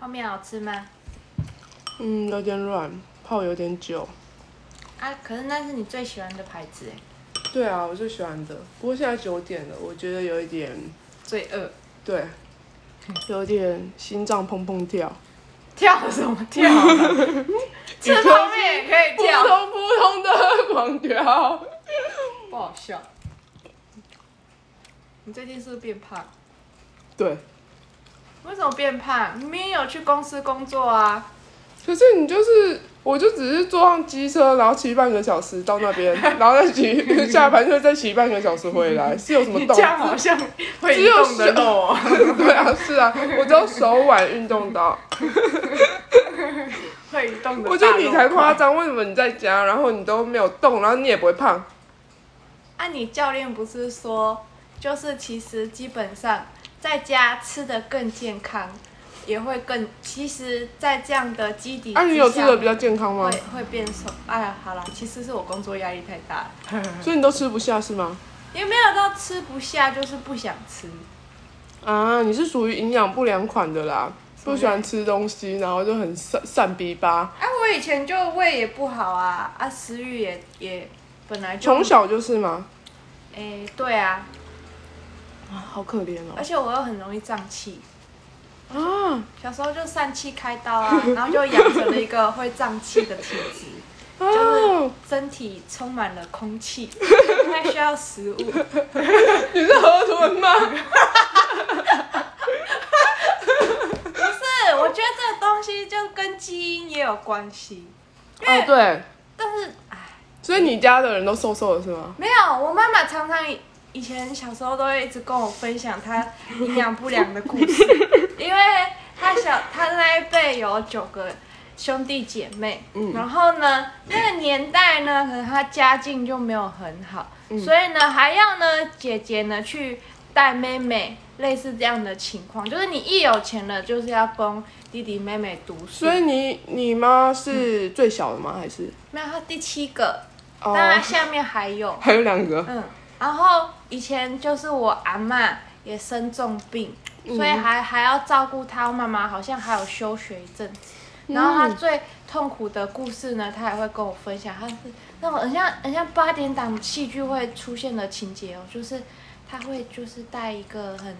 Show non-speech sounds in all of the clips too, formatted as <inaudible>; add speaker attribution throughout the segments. Speaker 1: 泡面好吃吗？
Speaker 2: 嗯，有点软，泡有点久。
Speaker 1: 啊，可是那是你最喜欢的牌子哎，
Speaker 2: 对啊，我最喜欢的。不过现在九点了，我觉得有一点，
Speaker 1: 罪恶。
Speaker 2: 对，有点心脏砰砰跳，
Speaker 1: 跳什么跳
Speaker 2: <laughs>
Speaker 1: 啊？吃泡面也可以
Speaker 2: 扑
Speaker 1: 跳，
Speaker 2: 通扑通的 <laughs> 狂跳。
Speaker 1: 不好笑。你最近是不是变胖？
Speaker 2: 对，
Speaker 1: 为什么变胖？明明有去公司工作啊。
Speaker 2: <laughs> 可是你就是，我就只是坐上机车，然后骑半个小时到那边，然后再骑 <laughs> 下班就再骑半个小时回来，是有什么
Speaker 1: 你
Speaker 2: 动
Speaker 1: 这？样啊好像会
Speaker 2: 只
Speaker 1: 移
Speaker 2: 有
Speaker 1: 动的肉哦，
Speaker 2: <laughs> 对啊，是啊，我只有手腕运动
Speaker 1: <laughs>
Speaker 2: 到。
Speaker 1: 会移动的大肉块。
Speaker 2: 我觉得你才夸张，为什么你在家，然后你都没有动，然后你也不会胖？
Speaker 1: 啊，你教练不是说，就是其实基本上在家吃的更健康，也会更，其实，在这样的基底之下，
Speaker 2: 啊，你有吃的比较健康吗
Speaker 1: 会？会变瘦。哎呀，好啦，其实是我工作压力太大了，
Speaker 2: 所以你都吃不下是吗？
Speaker 1: 也没有到吃不下，就是不想吃。
Speaker 2: 啊，你是属于营养不良款的啦，不喜欢吃东西，然后就很散散逼吧。
Speaker 1: 哎、我以前就胃也不好啊，啊，食欲也也本来就
Speaker 2: 从，小就是嘛，
Speaker 1: 哎、对啊，
Speaker 2: 啊，好可怜
Speaker 1: 而且我又很容易胀气。
Speaker 2: 哦。啊，
Speaker 1: 小时候就疝气开刀啊，然后就养成了一个会胀气的体质。
Speaker 2: 哦，
Speaker 1: 身体充满了空气，还需要食物。
Speaker 2: 你是河豚吗？
Speaker 1: 不是，我觉得这个东西就跟基因也有关系。
Speaker 2: 哦，对，
Speaker 1: 但是，哎，
Speaker 2: 所以你家的人都瘦瘦的是吗？
Speaker 1: 没有，我妈妈常常以以前小时候都会一直跟我分享她营养不良的故
Speaker 2: <laughs>
Speaker 1: 事，因为她小她那一辈有九个兄弟姐妹，
Speaker 2: 嗯
Speaker 1: 然后呢，那个年代呢，可能她家境就没有很好，
Speaker 2: 嗯
Speaker 1: 所以呢，还要呢姐姐呢去带妹妹。类似这样的情况，就是你一有钱了，就是要供弟弟妹妹读书
Speaker 2: 所。以你你妈是最小的吗？还是？
Speaker 1: 没有，她第七个，
Speaker 2: 哦
Speaker 1: 当，然下面还有。
Speaker 2: 还有两个。
Speaker 1: 嗯，然后以前就是我阿嬷也生重病，
Speaker 2: 嗯
Speaker 1: 所以还还要照顾她。我妈妈好像还有休学一阵子。然后
Speaker 2: 嗯
Speaker 1: 她最痛苦的故事呢，她也会跟我分享。她是那种很像很像八点档戏剧会出现的情节哦，就是她会就是带一个很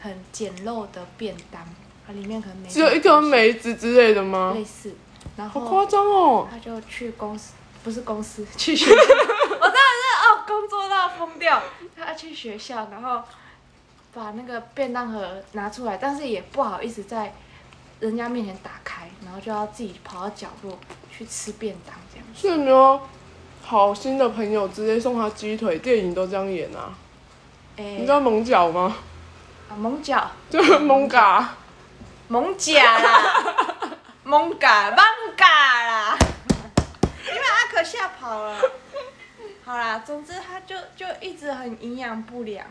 Speaker 1: 很简陋的便当，它里面可能没
Speaker 2: 只有一根梅子之类的吗？
Speaker 1: 类似，然
Speaker 2: 好
Speaker 1: 后
Speaker 2: 夸张哦！
Speaker 1: 他就去公司，不是公司， <laughs> 去学校。我真的是哦，工作到疯掉。他去学校，然后把那个便当盒拿出来，但是也不好意思在人家面前打开，然后就要自己跑到角落去吃便当这样。
Speaker 2: 是没有好心的朋友直接送他鸡腿，电影都这样演啊。你
Speaker 1: 哎、
Speaker 2: 知道蒙脚吗？
Speaker 1: 啊，蒙脚，
Speaker 2: 就是蒙嘎，
Speaker 1: 蒙甲啦，蒙嘎，蒙嘎啦，你把阿可吓跑了。好啦，总之他就就一直很营养不良，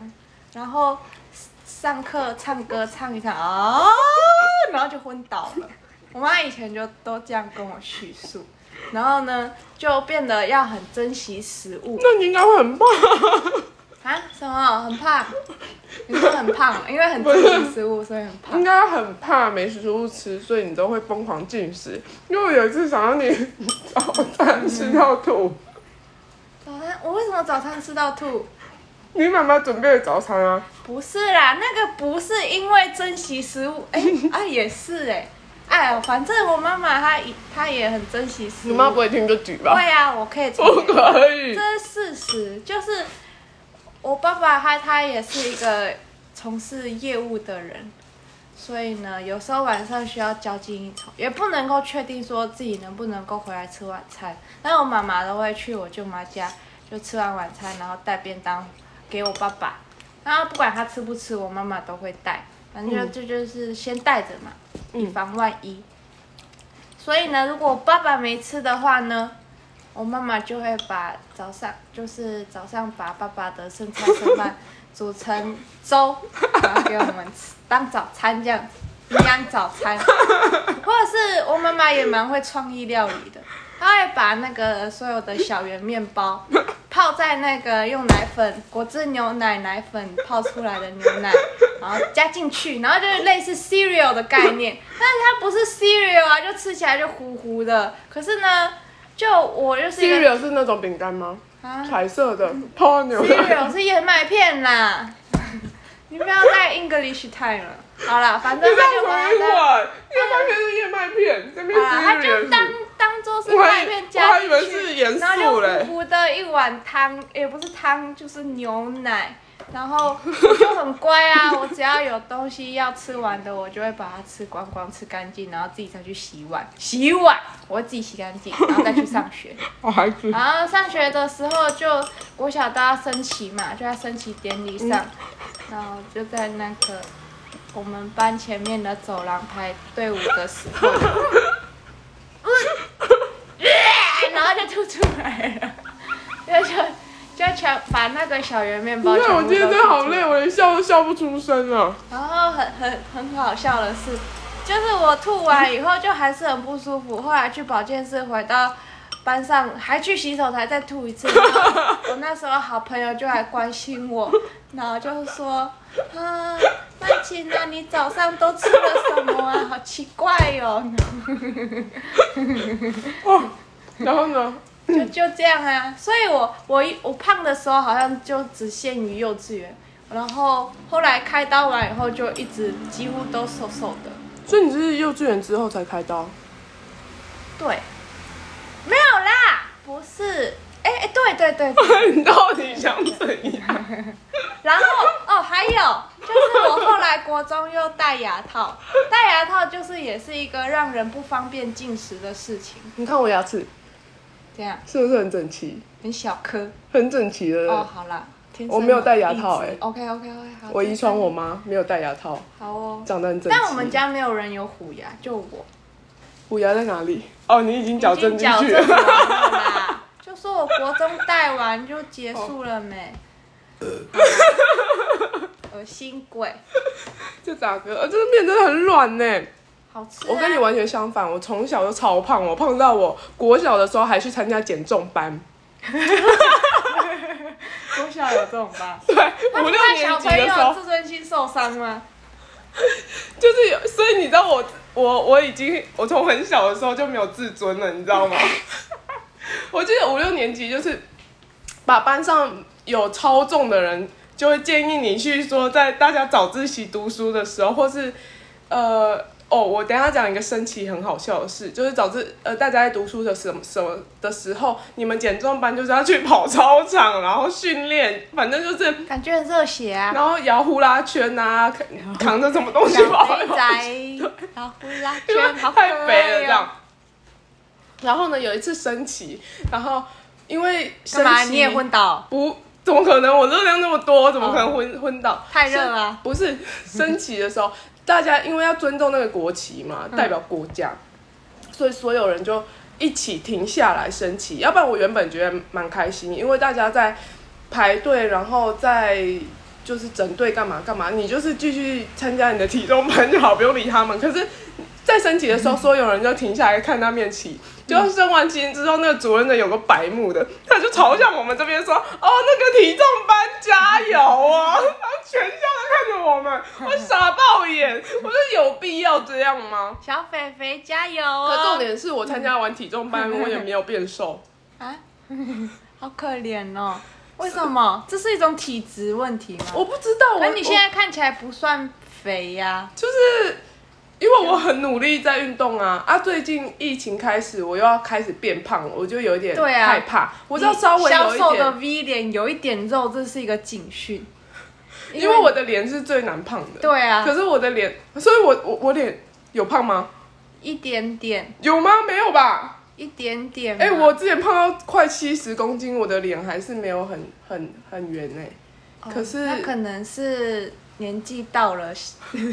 Speaker 1: 然后上课唱歌唱一唱啊、哦，然后就昏倒了。我妈以前就都这样跟我叙述，然后呢就变得要很珍惜食物
Speaker 2: 那你应该会很棒。
Speaker 1: 啊，什么很胖，你说很胖，因为很珍惜食物，所以很胖
Speaker 2: <laughs> 应。该很怕没食物吃，所以你都会疯狂进食。因为我有一次想让你早餐吃到吐，
Speaker 1: 早餐我为什么早餐吃到吐？
Speaker 2: 你妈妈准备的早餐啊，
Speaker 1: 不是啦，那个不是因为珍惜食物，
Speaker 2: <laughs>
Speaker 1: 哎、啊也是哎、哎呦，反正我妈妈她一她也很珍惜食物。
Speaker 2: 你妈不会听就举吧？
Speaker 1: 会啊，我可
Speaker 2: <laughs>
Speaker 1: 以
Speaker 2: 不
Speaker 1: 重讲，
Speaker 2: 可以，
Speaker 1: 这是事实。就是我爸爸他他也是一个从事业务的人，所以呢，有时候晚上需要交际应酬，也不能够确定说自己能不能够回来吃晚餐。但我妈妈都会去我舅妈家，就吃完晚餐，然后带便当给我爸爸。然后不管他吃不吃，我妈妈都会带，反正就这就是先带着嘛，以防万一。所以呢，如果我爸爸没吃的话呢，我妈妈就会把早上就是早上把爸爸的剩菜剩饭 <laughs> 煮成粥，然后给我们吃当早餐这样子，营养早餐。或者是我妈妈也蛮会创意料理的，她会把那个所有的小圆面包泡在那个用奶粉、果汁牛奶、奶粉泡出来的牛奶，然后加进去，然后就是类似 cereal 的概念，但是它不是 cereal 啊，就吃起来就糊糊的。可是呢，就我就是一个
Speaker 2: cereal 是那种饼干吗？
Speaker 1: 啊
Speaker 2: 彩色的泡牛奶。
Speaker 1: cereal 是燕麦片啦， <laughs> 你不要再 English time 了。好啦，反正
Speaker 2: 这
Speaker 1: 它
Speaker 2: 叫
Speaker 1: 就
Speaker 2: 什么
Speaker 1: 把
Speaker 2: 意
Speaker 1: 它
Speaker 2: 思
Speaker 1: 当
Speaker 2: 啊？燕麦片是燕麦片，这边
Speaker 1: 好
Speaker 2: <laughs>
Speaker 1: 啦，啊他
Speaker 2: cereal。
Speaker 1: 就是当当做是
Speaker 2: 我还
Speaker 1: 麦片加进去，
Speaker 2: 我还以为是严肃嘞
Speaker 1: 然后就糊糊的一碗汤，也不是汤，就是牛奶。然后我就很乖啊，我只要有东西要吃完的，我就会把它吃光光、吃干净，然后自己再去洗碗。洗碗，我会自己洗干净，然后再去上学。
Speaker 2: 好哦孩 <laughs> 子，
Speaker 1: 然后上学的时候就国小都要升旗嘛，就在升旗典礼上，
Speaker 2: 嗯
Speaker 1: 然后就在那个我们班前面的走廊排队伍的时
Speaker 2: <laughs>
Speaker 1: 候，然后就吐出来了，就就就全把那个小圆面
Speaker 2: 你
Speaker 1: 包全
Speaker 2: 看我
Speaker 1: 部都
Speaker 2: 今天真的好
Speaker 1: 吐出来
Speaker 2: 累，我连笑都笑不出声啊了。
Speaker 1: 然后很很很好笑的是，就是我吐完以后就还是很不舒服，后来去保健室回到班上还去洗手台再吐一次。然后我那时候好朋友就来关心我，然后就说：“啊，曼琴啊，你早上都吃了什么啊？好奇怪哦。
Speaker 2: 哦，然后呢？
Speaker 1: 就”就这样啊，所以我我一我胖的时候好像就只限于幼稚园，然后后来开刀完以后就一直几乎都瘦瘦的。
Speaker 2: 所以你是幼稚园之后才开刀？
Speaker 1: 对，没有啦，不是，哎、哎，对对对
Speaker 2: <laughs>
Speaker 1: 对 <laughs>
Speaker 2: 你到底想怎样？
Speaker 1: 然后哦，还有就是我后来国中又戴牙套，戴牙套就是也是一个让人不方便进食的事情，
Speaker 2: 你看我牙齿
Speaker 1: 这样
Speaker 2: 是不是很整齐？
Speaker 1: 很小颗。
Speaker 2: 很整齐的。
Speaker 1: 哦，好啦，天生
Speaker 2: 我没有戴牙套哎
Speaker 1: OK OK OK，好。
Speaker 2: 我遗传我妈没有戴牙套，
Speaker 1: 好哦。
Speaker 2: 长得很整齐。
Speaker 1: 但我们家没有人有虎牙，就我。
Speaker 2: 虎牙在
Speaker 1: <laughs>
Speaker 2: 哪里？哦，你已经
Speaker 1: 已
Speaker 2: 矫
Speaker 1: 经
Speaker 2: 正进
Speaker 1: 矫
Speaker 2: 去
Speaker 1: 正完
Speaker 2: 了。
Speaker 1: 了啦， <laughs> 就说我国中带完就结束了没？
Speaker 2: 哦
Speaker 1: 恶心鬼，
Speaker 2: <laughs> 这咋个？呃这个面真的很软呢、
Speaker 1: 好吃、啊。
Speaker 2: 我跟你
Speaker 1: <laughs>
Speaker 2: 完全相反，我从小就超胖，我胖到我国小的时候还去参加减重班，
Speaker 1: 国小有这种吧？
Speaker 2: 对，
Speaker 1: 他
Speaker 2: 五
Speaker 1: 不
Speaker 2: 六
Speaker 1: 怕
Speaker 2: 年
Speaker 1: 小
Speaker 2: 级
Speaker 1: 朋
Speaker 2: 的时
Speaker 1: 友
Speaker 2: 候
Speaker 1: 自尊心受伤吗？
Speaker 2: 就是有，所以你知道我我我已经我从很小的时候就没有自尊了，你知道吗？我记得五六年级就是把班上有超重的人，就会建议你去说，在大家早自习读书的时候，或是呃哦，我等一下讲一个升旗很好笑的事，就是早自呃大家在读书的什么什么的时候，你们减重班就是要去跑操场，然后训练，反正就是
Speaker 1: 感觉很热血啊！
Speaker 2: 然后摇呼啦圈啊，扛扛着什么东西
Speaker 1: 小
Speaker 2: 跑
Speaker 1: 肥 <laughs>
Speaker 2: 来跑去
Speaker 1: 仔，老虎拉
Speaker 2: 因为
Speaker 1: 圈，好可爱、
Speaker 2: 太
Speaker 1: 哦、
Speaker 2: 肥了这样。。然后呢，有一次升旗，然后因为升
Speaker 1: 干嘛？
Speaker 2: 旗
Speaker 1: 你也昏倒？
Speaker 2: 不？怎么可能？我热量那么多，我怎么可能昏、昏倒？
Speaker 1: 太热了
Speaker 2: 不是升旗的时候，大家因为要尊重那个国旗嘛，代表国家，所以所有人就一起停下来升旗。要不然我原本觉得蛮开心，因为大家在排队，然后在就是整队干嘛干嘛，你就是继续参加你的体重班就好，不用理他们。可是，在升旗的时候，所有人就停下来看那面旗。嗯就升完旗之后，那个主任的有个白目的，他就嘲笑我们这
Speaker 1: <laughs>
Speaker 2: 边说：“哦，那个体重班加油 <laughs> 哦！”然后全校都看着我们，我傻爆眼。我说有必要这
Speaker 1: <laughs>
Speaker 2: 样吗？
Speaker 1: 小肥肥加油哦！
Speaker 2: 可重点是我参加完体重班，我也没有变瘦。
Speaker 1: <laughs> 啊，好可怜哦。为什么？这是一种体质问题吗？
Speaker 2: 我不知道，我
Speaker 1: 嗯那你现在看起来不算肥呀、
Speaker 2: 就是因为我很努力在运动啊啊！最近疫情开始，我又要开始变胖，我就有一点
Speaker 1: 对啊
Speaker 2: 害怕。我知道稍微
Speaker 1: 消
Speaker 2: 有一
Speaker 1: 瘦的
Speaker 2: 点，
Speaker 1: V 脸有一点肉，这是一个警讯。
Speaker 2: 因为我的脸是最难胖的。、
Speaker 1: 对啊
Speaker 2: 可，是我的脸，所以我我我脸有胖吗？
Speaker 1: 一点点，
Speaker 2: 有吗？没有吧？
Speaker 1: 一点点嘛。
Speaker 2: 哎、我之前胖到快七十公斤，我的脸还是没有很很很圆哎、
Speaker 1: 哦
Speaker 2: 可是
Speaker 1: 那可能是年纪到了，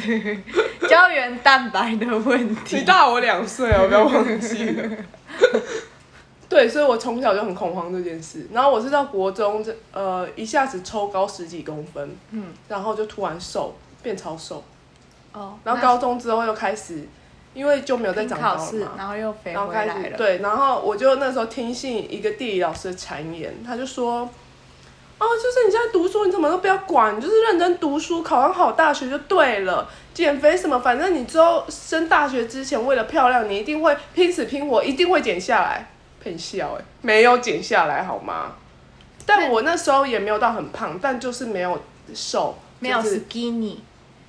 Speaker 1: <laughs> 胶原蛋白的问
Speaker 2: 你
Speaker 1: 题。
Speaker 2: 大我两岁哦，不要忘记了。
Speaker 1: <laughs>
Speaker 2: 对，所以我从小就很恐慌这件事。然后我是到国中这呃一下子抽高十几公分，
Speaker 1: 嗯，
Speaker 2: 然后就突然瘦，变超瘦。
Speaker 1: 哦，
Speaker 2: 然后高中之后又开始因为就没有再长高
Speaker 1: 考
Speaker 2: 了
Speaker 1: 试，
Speaker 2: 嘛。
Speaker 1: 然后又肥
Speaker 2: 然后
Speaker 1: 回
Speaker 2: 开
Speaker 1: 来
Speaker 2: 始
Speaker 1: 了。
Speaker 2: 对，然后我就那时候听信一个地理老师的谗言，他就说，哦，就是你现在读书，你怎么都不要管，你就是认真读书，考上好大学就对了，减肥什么，反正你之后升大学之前，为了漂亮，你一定会拼死拼活，一定会减下来。骗笑哎、没有减下来
Speaker 1: <laughs>
Speaker 2: 好吗？但我那时候也没有到很胖，但就是没有瘦，
Speaker 1: 没有
Speaker 2: 就是呃
Speaker 1: skinny，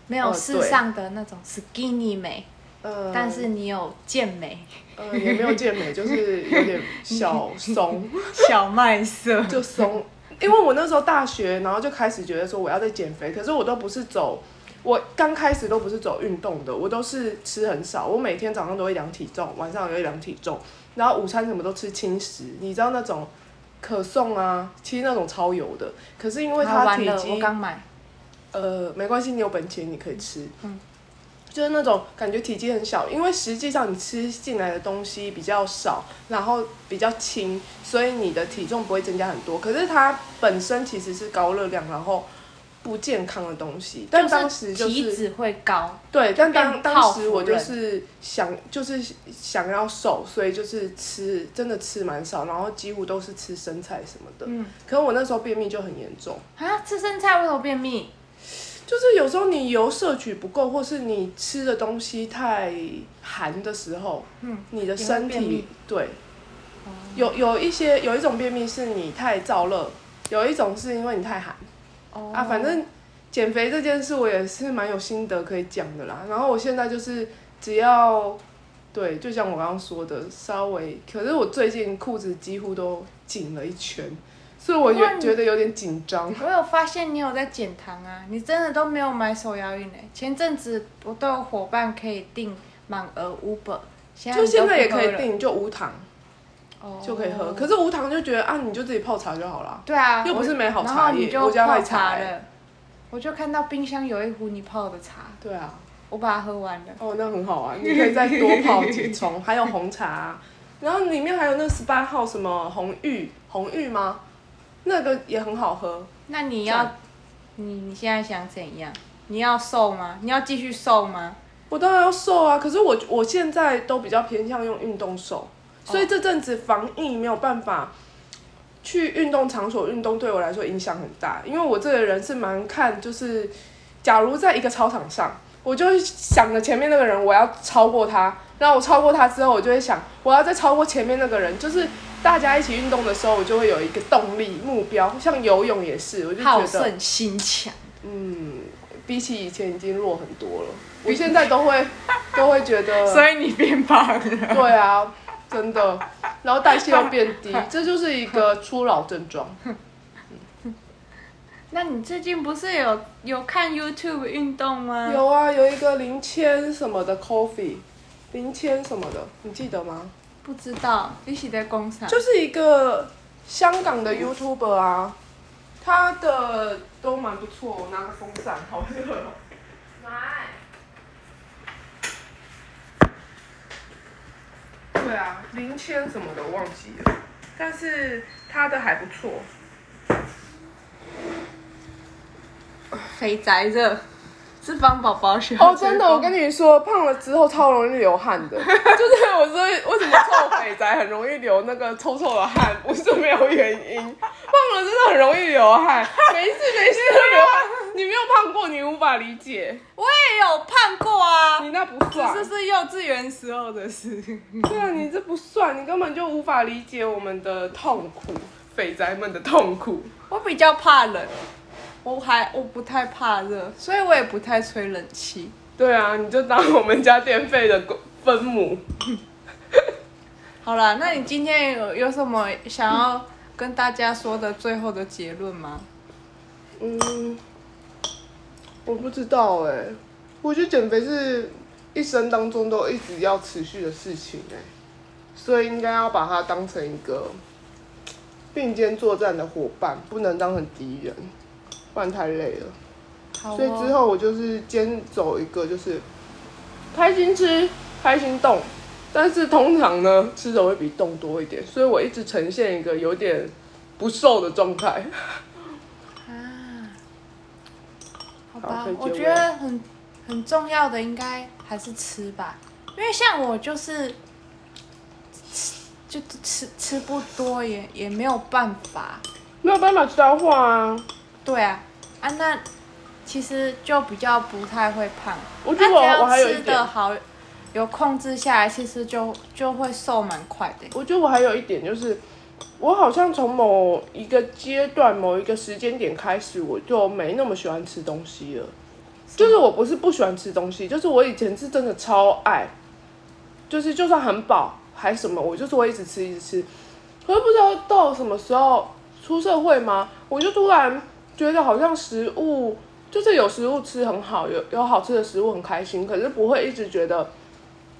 Speaker 1: 没有
Speaker 2: 哦
Speaker 1: 世
Speaker 2: 对
Speaker 1: 上的那种 skinny 美，
Speaker 2: 呃，
Speaker 1: 但是你有健美、 <laughs>
Speaker 2: 呃也没有健美，就是有点小松。
Speaker 1: 小麦色。
Speaker 2: 就松，因为我那时候大学，然后就开始觉得说我要在减肥，可是我都不是走，我刚开始都不是走运动的，我都是吃很少，我每天早上都会量体重，晚上也会量体重，然后午餐什么都吃轻食，你知道那种可颂啊，其实那种超油的，可是因为
Speaker 1: 啊
Speaker 2: 它
Speaker 1: 完
Speaker 2: 体
Speaker 1: 了，我
Speaker 2: 积，
Speaker 1: 刚买，
Speaker 2: 呃，没关系，你有本钱你可以吃，
Speaker 1: 嗯
Speaker 2: 就是那种感觉体积很小，因为实际上你吃进来的东西比较少，然后比较轻，所以你的体重不会增加很多。可是它本身其实是高热量，然后不健康的东西。但当时就
Speaker 1: 体
Speaker 2: 是
Speaker 1: 脂会高，
Speaker 2: 对，但当
Speaker 1: 变泡
Speaker 2: 当
Speaker 1: 芙
Speaker 2: 时我就
Speaker 1: 人
Speaker 2: 是想就是想要瘦，所以就是吃真的吃蛮少，然后几乎都是吃生菜什么的。
Speaker 1: 嗯
Speaker 2: 可我那时候便秘就很严重。
Speaker 1: 啊，吃生菜为什么便秘？
Speaker 2: 就是有时候你油摄取不够，或是你吃的东西太寒的时候，
Speaker 1: 嗯，
Speaker 2: 你
Speaker 1: 也
Speaker 2: 的
Speaker 1: 会
Speaker 2: 身
Speaker 1: 便
Speaker 2: 体
Speaker 1: 秘哦
Speaker 2: 对，有有一些有一种便秘是你太燥热，有一种是因为你太寒、
Speaker 1: 哦
Speaker 2: 啊，反正减肥这件事我也是蛮有心得可以讲的啦。然后我现在就是只要对，就像我刚刚说的，稍微，可是我最近裤子几乎都紧了一圈，所以我
Speaker 1: 那
Speaker 2: 也
Speaker 1: 你
Speaker 2: 觉得有点紧张。
Speaker 1: 我有发现你有在减糖啊，你真的都没有买手摇饮诶。前阵子我都有伙伴可以订满额 Uber，现在
Speaker 2: 就
Speaker 1: 你都
Speaker 2: 现在也
Speaker 1: 不
Speaker 2: 可
Speaker 1: 喝
Speaker 2: 以
Speaker 1: 了，
Speaker 2: 定，就无糖。
Speaker 1: 哦
Speaker 2: 就可以喝。可是无糖就觉得啊，你就自己泡茶就好了。
Speaker 1: 对啊，
Speaker 2: 又不是没好
Speaker 1: 然
Speaker 2: 茶
Speaker 1: 后你
Speaker 2: 叶，
Speaker 1: 就
Speaker 2: 我家
Speaker 1: 泡
Speaker 2: 卖
Speaker 1: 茶
Speaker 2: 欸。
Speaker 1: 了，我就看到冰箱有一壶你泡的茶，
Speaker 2: 对啊，
Speaker 1: 我把它喝完了。
Speaker 2: 哦，那很好啊，你可以再多泡几冲，还有红茶啊、然后里面还有那十八号什么红玉，红玉吗？那个也很好喝。
Speaker 1: 那你
Speaker 2: 这样
Speaker 1: 要，你你现在想怎样？你要瘦吗？你要继续瘦吗？
Speaker 2: 我当然要瘦啊，可是我我现在都比较偏向用运动瘦，所以这阵子防疫没有办法去运动场所运动，对我来说影响很大。因为我这个人是蛮看，就是假如在一个操场上，我就会想着前面那个人，我要超过他，然后我超过他之后，我就会想我要再超过前面那个人，就是。大家一起运动的时候，我就会有一个动力目标，像游泳也是，我就觉
Speaker 1: 好
Speaker 2: 得
Speaker 1: 胜心强，
Speaker 2: 嗯，比起以前已经弱很多了。我现在都会 <laughs> 都会
Speaker 1: <laughs>
Speaker 2: 觉得，
Speaker 1: 以你变胖了。
Speaker 2: 对啊，真的，然后代谢又变低，这就是一个初老症状。
Speaker 1: 那你最近不是有有看 YouTube 运动吗？
Speaker 2: 有啊，有一个零千什么的 coffee，零千什么的，你记得吗？
Speaker 1: 不知道，你是在工厂。
Speaker 2: 就是一个香港的 YouTuber 啊，他的都蛮不错。我拿个风扇，好热哦。来。对啊，零千什么的我忘记了，但是他的还不错。
Speaker 1: 肥宅热，是帮宝宝选。
Speaker 2: 哦，真的，我跟你说，胖了之后超容易流汗
Speaker 1: <laughs>
Speaker 2: 的，就是我说为什么臭肥宅很容易流那个臭臭的汗， <laughs> 不是没有原因，胖了真的很容易流汗，
Speaker 1: <laughs>
Speaker 2: 没事没事就流汗，你没有胖过，你无法理解，
Speaker 1: 我也有胖过啊，
Speaker 2: 你那不算，
Speaker 1: 这是幼稚园时候的事。 <laughs>
Speaker 2: 对啊，你这不算，你根本就无法理解我们的痛苦，肥宅们的痛苦。
Speaker 1: 我比较怕冷，我还我不太怕热，所以我也不太吹冷气。
Speaker 2: 对啊，你就当我们家电费的分母。
Speaker 1: 好啦，那你今天有有什么想要跟大家说的最后的结论吗？
Speaker 2: 嗯，我不知道哎、我觉得减肥是一生当中都一直要持续的事情哎、所以应该要把它当成一个并肩作战的伙伴，不能当成敌人，不然太累了。
Speaker 1: 好、哦，
Speaker 2: 所以之后我就是兼走一个就是开心吃，开心动，但是通常呢吃的会比动多一点，所以我一直呈现一个有点不瘦的状态。 <laughs>
Speaker 1: 啊，好
Speaker 2: 好
Speaker 1: 吧
Speaker 2: 可以，
Speaker 1: 我
Speaker 2: 结
Speaker 1: 觉
Speaker 2: 尾
Speaker 1: 得很很重要的应该还是吃吧，因为像我就是吃就吃吃不多也也没有办法，
Speaker 2: 没有办法消化啊。
Speaker 1: 对啊啊那其实就比较不太会胖，
Speaker 2: 我觉
Speaker 1: 那
Speaker 2: 得我
Speaker 1: 只
Speaker 2: 我还
Speaker 1: 要
Speaker 2: 有一
Speaker 1: 吃
Speaker 2: 点
Speaker 1: 的，好，有控制下来，其实就就会瘦蛮快的。
Speaker 2: 我觉得我还有一点就是，我好像从某一个阶段、某一个时间点开始，我就没那么喜欢吃东西了。就是我不是不喜欢吃东西，就是我以前是真的超爱，就是就算很饱还什么，我就是会一直吃一直吃。可是不知道到什么时候出社会吗？我就突然觉得好像食物就是有食物吃很好，有有好吃的食物很开心，可是不会一直觉得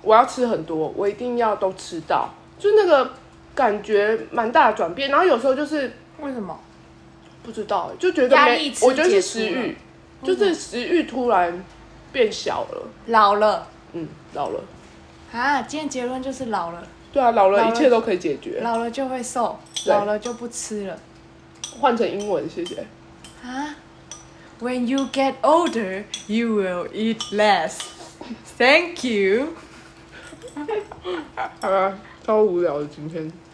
Speaker 2: 我要吃很多，我一定要都吃到，就那个感觉蛮大的转变。然后有时候就是
Speaker 1: 为什么？
Speaker 2: 不知道欸，就觉得
Speaker 1: 压
Speaker 2: 没
Speaker 1: 力，吃
Speaker 2: 我觉得是
Speaker 1: 结束
Speaker 2: 食
Speaker 1: 了嗯
Speaker 2: 欲，就是食欲突然变小了。
Speaker 1: 老了
Speaker 2: 嗯，老了，
Speaker 1: 啊！今天结论就是老了，
Speaker 2: 对啊，老
Speaker 1: 老
Speaker 2: 了
Speaker 1: 了
Speaker 2: 一切都可以解决。
Speaker 1: 老了就会瘦，
Speaker 2: 对
Speaker 1: 老了就不吃了
Speaker 2: 换成英文，谢谢。
Speaker 1: 啊。When you get older, you will eat less. Thank you.
Speaker 2: 好啊，超无聊的今天。